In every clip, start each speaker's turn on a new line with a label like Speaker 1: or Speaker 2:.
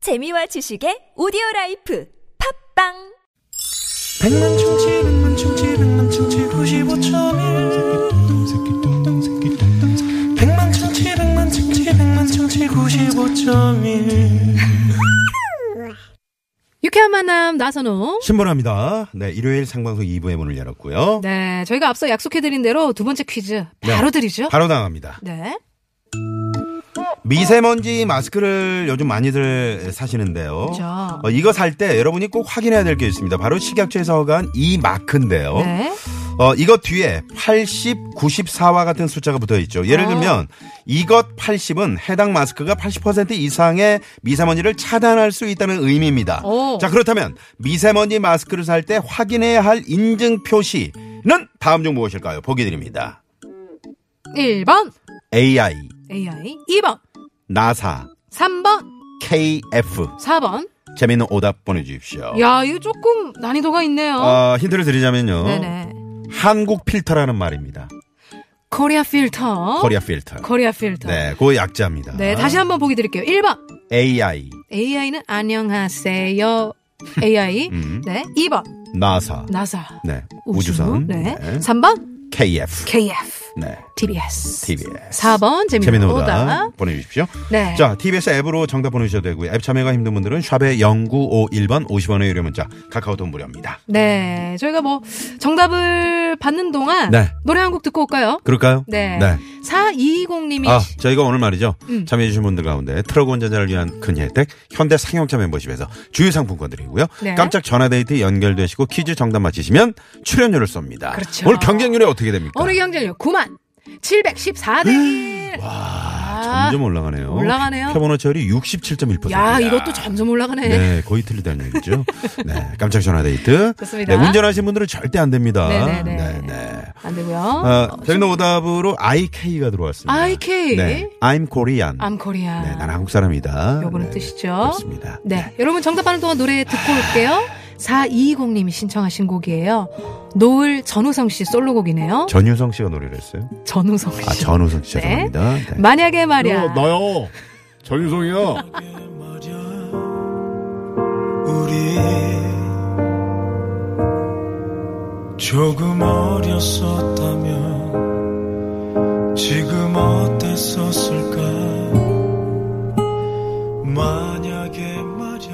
Speaker 1: 재미와 지식의 오디오 라이프 팝빵
Speaker 2: 백만 충치 백만 충치 백만 충치 구십오점일 백만 충치 백만 충치 백만 충치 구십오점일
Speaker 3: 유쾌한 만남 나선호.
Speaker 4: 신보라입니다. 네, 일요일 생방송 2부의 문을 열었고요.
Speaker 3: 네, 저희가 앞서 약속해드린 대로 두 번째 퀴즈 바로
Speaker 4: 네.
Speaker 3: 드리죠.
Speaker 4: 바로 당합니다.
Speaker 3: 네.
Speaker 4: 미세먼지 마스크를 요즘 많이들 사시는데요.
Speaker 3: 그죠.
Speaker 4: 어, 이거 살 때 여러분이 꼭 확인해야 될 게 있습니다. 바로 식약처에서 허가한 이 마크인데요.
Speaker 3: 네.
Speaker 4: 어, 이것 뒤에 80, 94와 같은 숫자가 붙어 있죠. 예를
Speaker 3: 어.
Speaker 4: 들면 이것 80은 해당 마스크가 80% 이상의 미세먼지를 차단할 수 있다는 의미입니다.
Speaker 3: 오.
Speaker 4: 자, 그렇다면 미세먼지 마스크를 살 때 확인해야 할 인증 표시는 다음 중 무엇일까요? 보기 드립니다.
Speaker 3: 1번
Speaker 4: AI,
Speaker 3: AI, 2번,
Speaker 4: 나사,
Speaker 3: 3번,
Speaker 4: KF.
Speaker 3: 4번.
Speaker 4: 재미있는 오답 보내주십시오.
Speaker 3: 야, 이거 조금 난이도가 있네요.
Speaker 4: 어, 힌트를 드리자면요.
Speaker 3: 네네.
Speaker 4: 한국 필터라는 말입니다.
Speaker 3: 코리아 필터.
Speaker 4: 코리아 필터.
Speaker 3: 어? 코리아 필터.
Speaker 4: 네, 그 약자입니다.
Speaker 3: 네, 다시 한번 보기 드릴게요. 1번.
Speaker 4: AI,
Speaker 3: AI는 안녕하세요. AI.
Speaker 4: 음.
Speaker 3: 네. 2번.
Speaker 4: 나사.
Speaker 3: 나사.
Speaker 4: 네. 우주선.
Speaker 3: 네. 3번.
Speaker 4: KF.
Speaker 3: KF.
Speaker 4: 네.
Speaker 3: TBS.
Speaker 4: TBS.
Speaker 3: 4번. 재미있는
Speaker 4: 재미는
Speaker 3: 오다.
Speaker 4: 오다 보내주십시오.
Speaker 3: 네.
Speaker 4: 자, TBS 앱으로 정답 보내주셔도 되고요. 앱 참여가 힘든 분들은 샵에 0951번 50원의 유료 문자 카카오톡 무료입니다.
Speaker 3: 네. 저희가 뭐 정답을 받는 동안
Speaker 4: 음. 네.
Speaker 3: 노래 한 곡 듣고 올까요?
Speaker 4: 그럴까요?
Speaker 3: 네. 4220님이
Speaker 4: 아, 저희가 오늘 말이죠.
Speaker 3: 음.
Speaker 4: 참여해주신 분들 가운데 트럭 운전자를 위한 큰 혜택, 현대 상용차 멤버십에서 주유상품권 드리고요.
Speaker 3: 네.
Speaker 4: 깜짝 전화데이트 연결되시고 퀴즈 정답 맞히시면 출연료를 쏩니다.
Speaker 3: 그렇죠.
Speaker 4: 오늘 경쟁률이 어떻게 됩니까?
Speaker 3: 오늘 경쟁률 9만 714대 1.
Speaker 4: 와, 음. 점점
Speaker 3: 아,
Speaker 4: 올라가네요.
Speaker 3: 올라가네요.
Speaker 4: 표본오 처리 67.1%.
Speaker 3: 야, 이것도 점점 올라가네.
Speaker 4: 네, 거의 틀리다는 얘기죠. 네, 깜짝 전화데이트.
Speaker 3: 좋습니다.
Speaker 4: 네, 운전하신 분들은 절대 안 됩니다.
Speaker 3: 네네네.
Speaker 4: 네.
Speaker 3: 안 되고요.
Speaker 4: 어, 재밌는 오답으로 IK가 들어왔습니다.
Speaker 3: IK.
Speaker 4: 네, I'm Korean.
Speaker 3: 암코리아.
Speaker 4: 네, 난 한국 사람이다.
Speaker 3: 요거는
Speaker 4: 네,
Speaker 3: 뜻이죠.
Speaker 4: 그렇습니다. 아.
Speaker 3: 네. 여러분 정답하는 동안 노래 듣고 올게요. 4220님이 신청하신 곡이에요. 노을 전우성 씨 솔로곡이네요.
Speaker 4: 전유성 씨가 노래를 했어요.
Speaker 3: 전우성 씨.
Speaker 4: 아, 전우성 씨
Speaker 3: 네.
Speaker 4: 죄송합니다. 네.
Speaker 3: 만약에 말이야.
Speaker 5: 나요. 전유성이야.
Speaker 2: 우리 조금 어렸었다면 지금 어땠었을까 만약에 말야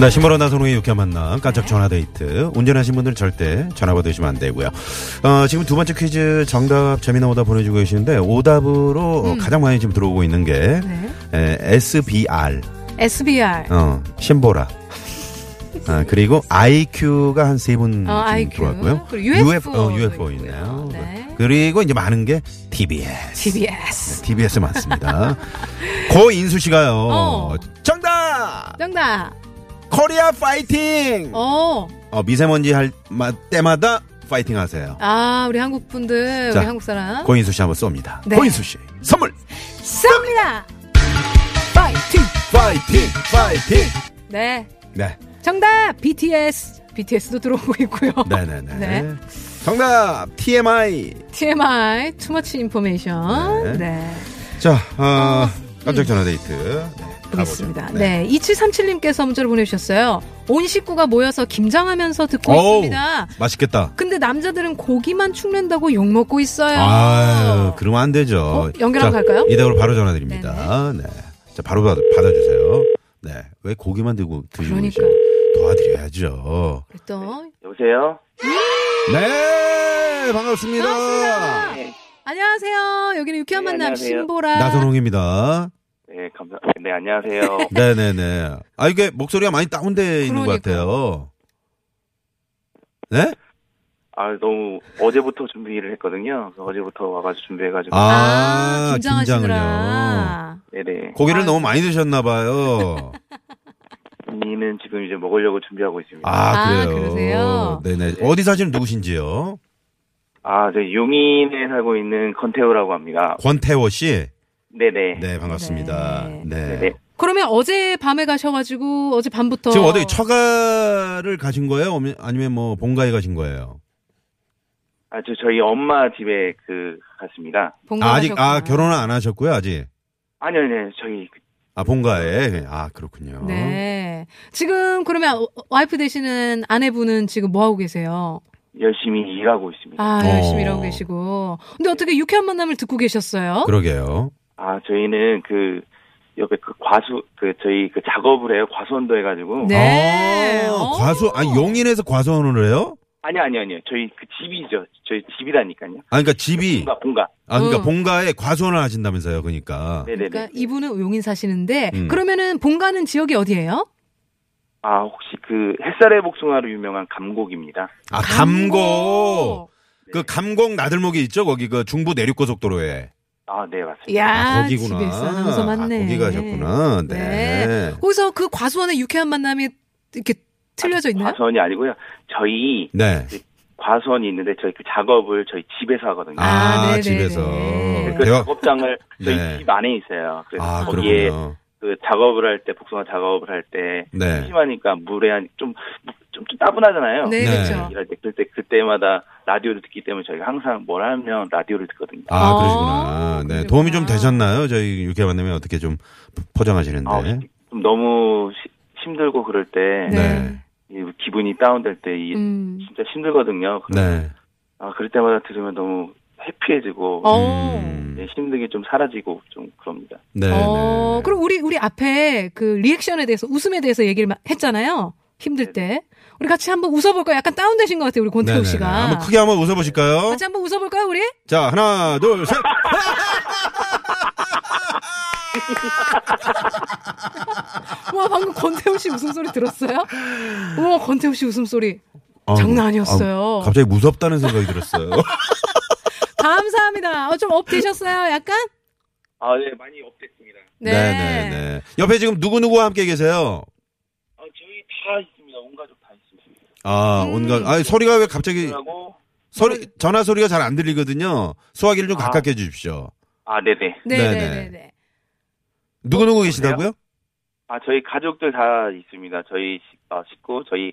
Speaker 4: 네, 신보라 나선홍의 유쾌한 만남 깜짝 전화데이트 운전하신 분들은 절대 전화 받으시면 안 되고요. 어, 지금 두 번째 퀴즈 정답 재미난 오답 보내주고 계시는데 오답으로 어, 가장 많이 지금 들어오고 있는 게
Speaker 3: 음. 네.
Speaker 4: 에, SBR
Speaker 3: SBR.
Speaker 4: 어, 신보라 아, 그리고 IQ가 한 세 분
Speaker 3: 어, IQ.
Speaker 4: 들어왔고요.
Speaker 3: 그리고 UFO 도
Speaker 4: 어, UFO
Speaker 3: 있고요.
Speaker 4: 있네요.
Speaker 3: 네.
Speaker 4: 그리고 이제 많은 게 TBS.
Speaker 3: TBS.
Speaker 4: TBS 많습니다. 고인수 씨가요.
Speaker 3: 어.
Speaker 4: 정답!
Speaker 3: 정답.
Speaker 4: 코리아 파이팅!
Speaker 3: 어.
Speaker 4: 어, 미세먼지 할 마- 때마다 파이팅 하세요.
Speaker 3: 아, 우리 한국 분들,
Speaker 4: 자,
Speaker 3: 우리 한국 사람.
Speaker 4: 고인수 씨 한번 쏩니다.
Speaker 3: 아. 네.
Speaker 4: 고인수 씨 선물
Speaker 3: 쏩니다. 파이팅.
Speaker 4: 파이팅 파이팅.
Speaker 3: 네.
Speaker 4: 네,
Speaker 3: 정답. BTS. BTS도 들어오고 있고요.
Speaker 4: 네, 네, 네.
Speaker 3: 네.
Speaker 4: 정답 TMI.
Speaker 3: TMI, Too Much Information.
Speaker 4: 네.
Speaker 3: 네.
Speaker 4: 자, 어, 깜짝 전화 데이트. 네,
Speaker 3: 보겠습니다.
Speaker 4: 가보죠.
Speaker 3: 네. 2737님께서 문자를 보내주셨어요. 온 식구가 모여서 김장하면서 듣고
Speaker 4: 어우,
Speaker 3: 있습니다.
Speaker 4: 맛있겠다.
Speaker 3: 근데 남자들은 고기만 축낸다고 욕먹고 있어요.
Speaker 4: 아유, 그러면 안 되죠.
Speaker 3: 네. 어? 연결 한번
Speaker 4: 자,
Speaker 3: 갈까요?
Speaker 4: 이대로 바로 전화 드립니다. 네. 자, 바로 받, 받아주세요. 네. 왜 고기만 들고 드시고
Speaker 3: 그러니까.
Speaker 4: 계세요? 도와드려야죠.
Speaker 3: 또,
Speaker 6: 여보세요?
Speaker 4: 네, 반갑습니다.
Speaker 3: 반갑습니다.
Speaker 6: 네.
Speaker 3: 안녕하세요. 여기는 유쾌한
Speaker 6: 네,
Speaker 3: 만남
Speaker 6: 안녕하세요.
Speaker 3: 신보라.
Speaker 4: 나선홍입니다.
Speaker 6: 네, 감사, 네, 안녕하세요.
Speaker 4: 네네네. 아, 이게 목소리가 많이 다운돼 있는 것
Speaker 3: 그러니까요.
Speaker 4: 같아요. 네?
Speaker 6: 아, 너무 어제부터 준비를 했거든요. 그래서 어제부터 와가지고 준비해가지고.
Speaker 4: 아, 긴장을요.
Speaker 3: 긴장하시느라.
Speaker 6: 네네.
Speaker 3: 아.
Speaker 4: 고기를 너무 많이 드셨나봐요.
Speaker 6: 언니는 지금 이제 먹으려고 준비하고 있습니다. 아,
Speaker 4: 아,
Speaker 3: 아,
Speaker 4: 그래요.
Speaker 3: 그러세요?
Speaker 4: 네네. 어디 사시는 누구신지요?
Speaker 6: 아, 저 용인에 살고 있는 건태우라고 합니다.
Speaker 4: 권태호 씨.
Speaker 6: 네네.
Speaker 4: 네, 반갑습니다.
Speaker 3: 네.
Speaker 4: 네.
Speaker 6: 네.
Speaker 3: 그러면 어제 밤에 가셔가지고 어제 밤부터
Speaker 4: 지금 어디 처가를 가신 거예요? 어미- 아니면 뭐 본가에 가신 거예요?
Speaker 6: 아, 저 저희 엄마 집에 그 갔습니다.
Speaker 3: 본가
Speaker 4: 아, 아직 아
Speaker 3: 가셨구나.
Speaker 4: 결혼은 안 하셨고요 아직.
Speaker 6: 아니요, 아니요, 저희 그
Speaker 4: 아 본가에 아 그렇군요.
Speaker 3: 네.
Speaker 4: 어?
Speaker 3: 지금 그러면 어, 와이프 되시는 아내분은 지금 뭐 하고 계세요?
Speaker 6: 열심히 일하고 있습니다.
Speaker 3: 아
Speaker 4: 어.
Speaker 3: 열심히 일하고 계시고. 근데 어떻게 유쾌한 만남을 듣고 계셨어요?
Speaker 4: 그러게요.
Speaker 6: 아, 저희는 그 옆에 그 과수 그 저희 그 작업을 해요. 과수원도 해가지고.
Speaker 3: 네.
Speaker 4: 아,
Speaker 3: 어.
Speaker 4: 과수 아니 용인에서 과수원을 해요?
Speaker 6: 아니 아니 아니요. 저희 그 집이죠. 저희 집이라니까요.
Speaker 4: 아 그러니까 집이
Speaker 6: 뭔가 뭔가.
Speaker 4: 아 그러니까
Speaker 3: 응.
Speaker 4: 본가에 과수원을 하신다면서요? 그러니까.
Speaker 6: 네네네.
Speaker 3: 그러니까 이분은 용인 사시는데
Speaker 4: 음.
Speaker 3: 그러면은 본가는 지역이 어디예요?
Speaker 6: 아 혹시 그 햇살의 복숭아로 유명한 감곡입니다.
Speaker 4: 아 감곡. 그 감곡 나들목이 있죠 거기 그 중부 내륙고속도로에.
Speaker 6: 아 네 맞습니다.
Speaker 3: 야,
Speaker 4: 아, 거기구나.
Speaker 3: 집에서 아나운서 맞네.
Speaker 4: 아, 거기 가셨구나. 네.
Speaker 3: 네. 거기서 그 과수원의 유쾌한 만남이 이렇게 틀려져 있나요?
Speaker 6: 과수원이 아니고요. 저희
Speaker 4: 네.
Speaker 6: 과수원이 있는데 저희 그 작업을 저희 집에서 하거든요.
Speaker 4: 아,
Speaker 3: 아, 네네네.
Speaker 4: 집에서.
Speaker 3: 네.
Speaker 6: 그
Speaker 4: 대화-
Speaker 6: 작업장을 저희
Speaker 4: 네.
Speaker 6: 집 안에 있어요. 그래서
Speaker 4: 아,
Speaker 6: 거기에
Speaker 4: 그렇군요.
Speaker 6: 그 작업을 할 때 복숭아 작업을 할때
Speaker 4: 네.
Speaker 6: 심하니까 물에 한좀좀 좀, 좀 따분하잖아요.
Speaker 3: 네,
Speaker 4: 네.
Speaker 3: 그렇죠.
Speaker 6: 일할 때 그때 그때마다 라디오를 듣기 때문에 저희가 항상 뭘 하면 라디오를 듣거든요.
Speaker 4: 아,
Speaker 3: 아,
Speaker 4: 그러시구나. 네.
Speaker 3: 그러구나.
Speaker 4: 도움이 좀 되셨나요? 저희 육회 만나면 어떻게 좀 포장하시는데.
Speaker 6: 아, 좀 너무 시- 힘들고 그럴 때
Speaker 4: 네.
Speaker 6: 이 기분이 다운될 때 이-
Speaker 3: 음.
Speaker 6: 진짜 힘들거든요. 그럼-
Speaker 4: 네.
Speaker 6: 아 그럴 때마다 들으면 너무 해피해지고
Speaker 3: 어.
Speaker 4: 음.
Speaker 6: 네, 힘든 게 좀 사라지고 좀 그럽니다.
Speaker 4: 네.
Speaker 3: 어,
Speaker 4: 네.
Speaker 3: 그럼 우리 우리 앞에 그 리액션에 대해서 웃음에 대해서 얘기를 마- 했잖아요. 힘들 때. 우리 같이 한번 웃어볼까요? 약간 다운되신 것 같아요, 우리
Speaker 4: 네네네.
Speaker 3: 권태우 씨가.
Speaker 4: 한번 크게 한번 웃어보실까요?
Speaker 3: 같이 한번 웃어볼까요, 우리?
Speaker 4: 자, 하나, 둘, 셋.
Speaker 3: 와, 방금 권태우 씨 웃음소리 들었어요? 우와, 권태우 씨 웃음소리. 장난 아니었어요.
Speaker 4: 아, 갑자기 무섭다는 생각이 들었어요.
Speaker 3: 감사합니다. 어, 좀 업 되셨어요, 약간?
Speaker 6: 아 네 많이 업됐습니다.
Speaker 3: 네.
Speaker 4: 네, 네. 옆에 지금 누구누구와 함께 계세요?
Speaker 6: 아, 저희 다 있습니다. 온 가족 다 있습니다.
Speaker 4: 아,
Speaker 3: 음.
Speaker 4: 온갖, 아 소리가 왜
Speaker 3: 네.
Speaker 4: 갑자기,
Speaker 6: 하고
Speaker 4: 소리, 전화 소리가 잘 안 들리거든요. 소화기를 좀
Speaker 6: 아.
Speaker 4: 가깝게 해주십시오.
Speaker 6: 아 네네.
Speaker 4: 네, 네.
Speaker 3: 네네네. 네
Speaker 6: 어,
Speaker 4: 누구누구 계시다고요?
Speaker 6: 아 저희 가족들 다 있습니다. 저희 식- 어, 식구 저희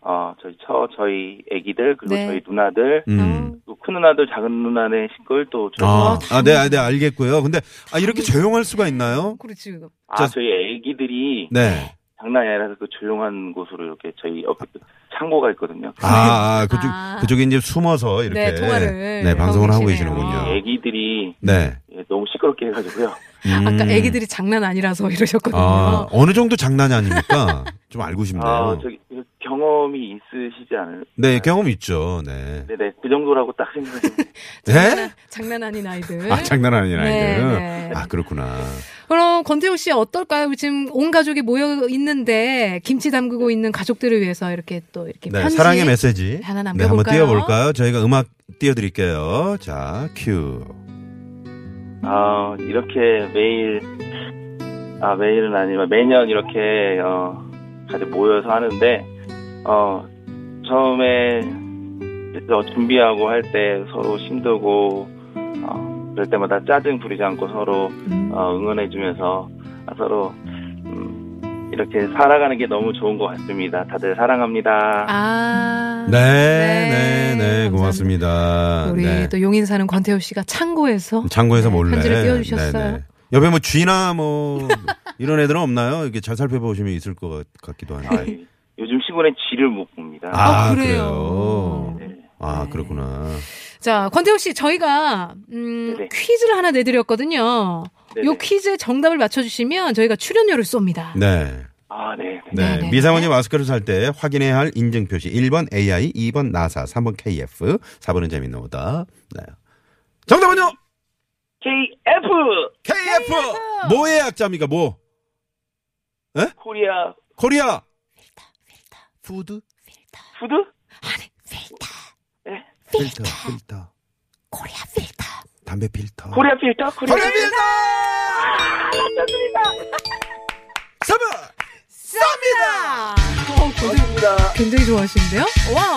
Speaker 6: 어 저희 처 저희 아기들 그리고
Speaker 3: 네.
Speaker 6: 저희 누나들
Speaker 3: 어.
Speaker 4: 음.
Speaker 6: 또 큰 누나들 작은 누나네 식구들 또 저희
Speaker 4: 아, 아, 네, 아, 네, 알겠고요. 근데, 아, 이렇게 조용할 수가 있나요?
Speaker 3: 그렇지. 이거.
Speaker 6: 아
Speaker 4: 자-
Speaker 6: 저희 아기들이
Speaker 4: 네.
Speaker 6: 장난이 아니라서 그 조용한 곳으로 이렇게 저희 옆에 그 창고가 있거든요.
Speaker 4: 아, 아, 그쪽,
Speaker 3: 아.
Speaker 4: 그쪽에 이제 숨어서 이렇게.
Speaker 3: 네, 통화를
Speaker 4: 네, 방송을 하고
Speaker 3: 하고
Speaker 4: 계시는군요.
Speaker 3: 계시네요.
Speaker 6: 아기들이
Speaker 4: 네.
Speaker 6: 예, 너무 시끄럽게 해가지고요.
Speaker 4: 음.
Speaker 3: 아까 애기들이 장난 아니라서 이러셨거든요.
Speaker 4: 아, 어느 정도 장난이 아닙니까? 좀 알고 싶네요.
Speaker 6: 아 저기 이거 경험이 있으시지 않을? 아,
Speaker 4: 네, 경험 있죠. 네.
Speaker 6: 네네 그 정도라고 딱 생각합니다.
Speaker 4: 네?
Speaker 3: 장난 아닌 아이들.
Speaker 4: 아, 장난 아닌 아이들.
Speaker 3: 네, 네.
Speaker 4: 아, 그렇구나.
Speaker 3: 그럼 권태우 씨 어떨까요? 우리 지금 온 가족이 모여 있는데 김치 담그고 있는 가족들을 위해서 이렇게 또 이렇게
Speaker 4: 네,
Speaker 3: 편지
Speaker 4: 사랑의 메시지.
Speaker 3: 하나
Speaker 4: 네, 한번
Speaker 3: 남겨볼까요?
Speaker 4: 띄워볼까요? 저희가 음악 띄워드릴게요. 자, 큐.
Speaker 6: 아 이렇게 매일 아 매일은 아니지만 매년 이렇게 어 같이 모여서 하는데 어 처음에 어, 준비하고 할 때 서로 힘들고 어, 그럴 때마다 짜증 부리지 않고 서로
Speaker 3: 음.
Speaker 6: 어, 응원해주면서 서로 음, 이렇게 살아가는 게 너무 좋은 것 같습니다. 다들 사랑합니다.
Speaker 3: 아.
Speaker 4: 네, 네, 네,
Speaker 3: 감사합니다.
Speaker 4: 고맙습니다.
Speaker 3: 우리
Speaker 4: 네.
Speaker 3: 또 용인 사는 권태우 씨가 창고에서
Speaker 4: 창고에서
Speaker 3: 네,
Speaker 4: 몰래
Speaker 3: 편지를 띄워주셨어요.
Speaker 4: 옆에 뭐 쥐나 뭐 이런 애들은 없나요? 이렇게 잘 살펴보시면 있을 것 같- 같기도
Speaker 6: 아,
Speaker 4: 한데.
Speaker 6: 예. 요즘 시골엔 쥐를 못 봅니다.
Speaker 4: 아,
Speaker 3: 아,
Speaker 4: 그래요.
Speaker 3: 그래요.
Speaker 4: 아
Speaker 3: 네.
Speaker 4: 그렇구나.
Speaker 3: 자, 권태우 씨 저희가 음,
Speaker 6: 네네.
Speaker 3: 퀴즈를 하나 내드렸거든요.
Speaker 6: 네네.
Speaker 3: 요 퀴즈에 정답을 맞춰주시면 저희가 출연료를 쏩니다.
Speaker 4: 네.
Speaker 6: 아, 네. 네.
Speaker 4: 네.
Speaker 3: 네, 네.
Speaker 4: 미사원이 마스크를 살 때 확인해야 할 인증 표시 1번 AI, 2번 나사, 3번 KF, 4번은 재밌는 오다. 네. 정답은요?
Speaker 6: KF
Speaker 4: KF. 뭐의 약자입니까? 뭐?
Speaker 6: 코리아
Speaker 4: 코리아. 푸드.
Speaker 6: 푸드?
Speaker 4: 필터. 필터.
Speaker 1: 코리아 필터.
Speaker 4: 담배 필터.
Speaker 6: 코리아 필터? 코리아
Speaker 4: 코리아 필터. 니다 3번.
Speaker 3: 어, 권태우 굉장히 좋아하시는데요? 와우!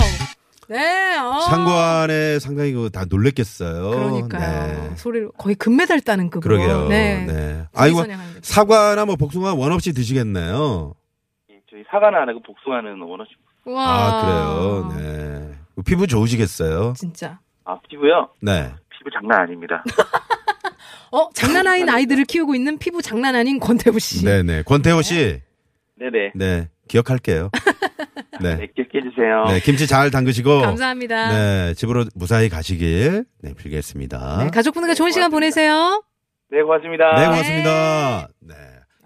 Speaker 3: 네. 어.
Speaker 4: 상관에 상당히 그거 다 놀랬겠어요.
Speaker 3: 그러니까요.
Speaker 4: 네.
Speaker 3: 소리를 거의 금메달 따는 급으로.
Speaker 4: 그러게요. 네.
Speaker 3: 네.
Speaker 4: 아이고
Speaker 3: 선양하는 느낌.
Speaker 4: 사과나 뭐 복숭아 원 없이 드시겠네요.
Speaker 6: 예, 저희 사과는 안 하고 복숭아는 원어치
Speaker 3: 우와.
Speaker 4: 아 그래요. 네. 피부 좋으시겠어요.
Speaker 3: 진짜.
Speaker 6: 아 피부요?
Speaker 4: 네.
Speaker 6: 피부 장난 아닙니다.
Speaker 3: 어 장난 아닌 아이들을 키우고 있는 피부 장난 아닌 권태우 씨.
Speaker 4: 네네. 권태호 씨.
Speaker 6: 네네.
Speaker 4: 네. 기억할게요.
Speaker 6: 네,
Speaker 4: 네.
Speaker 6: 기억해주세요.
Speaker 4: 네. 김치 잘 담그시고.
Speaker 3: 감사합니다. 네.
Speaker 4: 네. 집으로 무사히 가시길. 네. 빌겠습니다.
Speaker 3: 가족분들과 좋은 시간 보내세요.
Speaker 6: 네, 고맙습니다.
Speaker 4: 네, 고맙습니다. 네.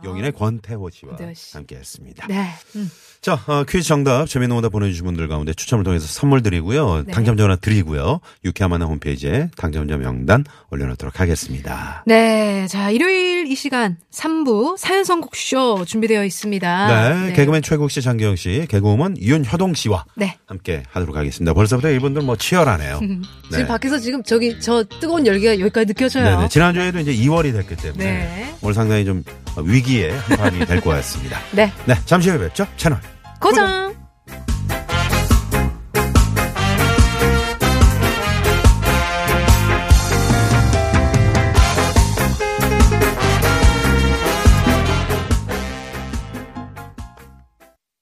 Speaker 4: 용인의
Speaker 3: 아.
Speaker 4: 권태호 씨와
Speaker 3: 권태호 씨.
Speaker 4: 함께 했습니다.
Speaker 3: 네. 음.
Speaker 4: 자, 어, 퀴즈 정답, 재미있는 오답 보내주신 분들 가운데 추첨을 통해서 선물 드리고요.
Speaker 3: 네.
Speaker 4: 당첨자 하나 드리고요. 유쾌한 만남 홈페이지에 당첨자 명단 올려놓도록 하겠습니다.
Speaker 3: 네. 자, 일요일 이 시간 3부 사연선곡쇼 준비되어 있습니다.
Speaker 4: 네, 개그맨 최국 씨, 장기영 씨, 개그우먼 윤효동 씨와
Speaker 3: 네.
Speaker 4: 함께 하도록 하겠습니다. 벌써부터 이분들 뭐 치열하네요.
Speaker 3: 지금 밖에서 지금 저기 저 뜨거운 열기가 여기까지 느껴져요.
Speaker 4: 네네. 지난주에도 이제 2월이 됐기 때문에
Speaker 3: 네.
Speaker 4: 오늘 상당히 좀 위기에 한판이 될 것 같습니다.
Speaker 3: 네.
Speaker 4: 네, 잠시 후에 뵙죠. 채널.
Speaker 3: 고정.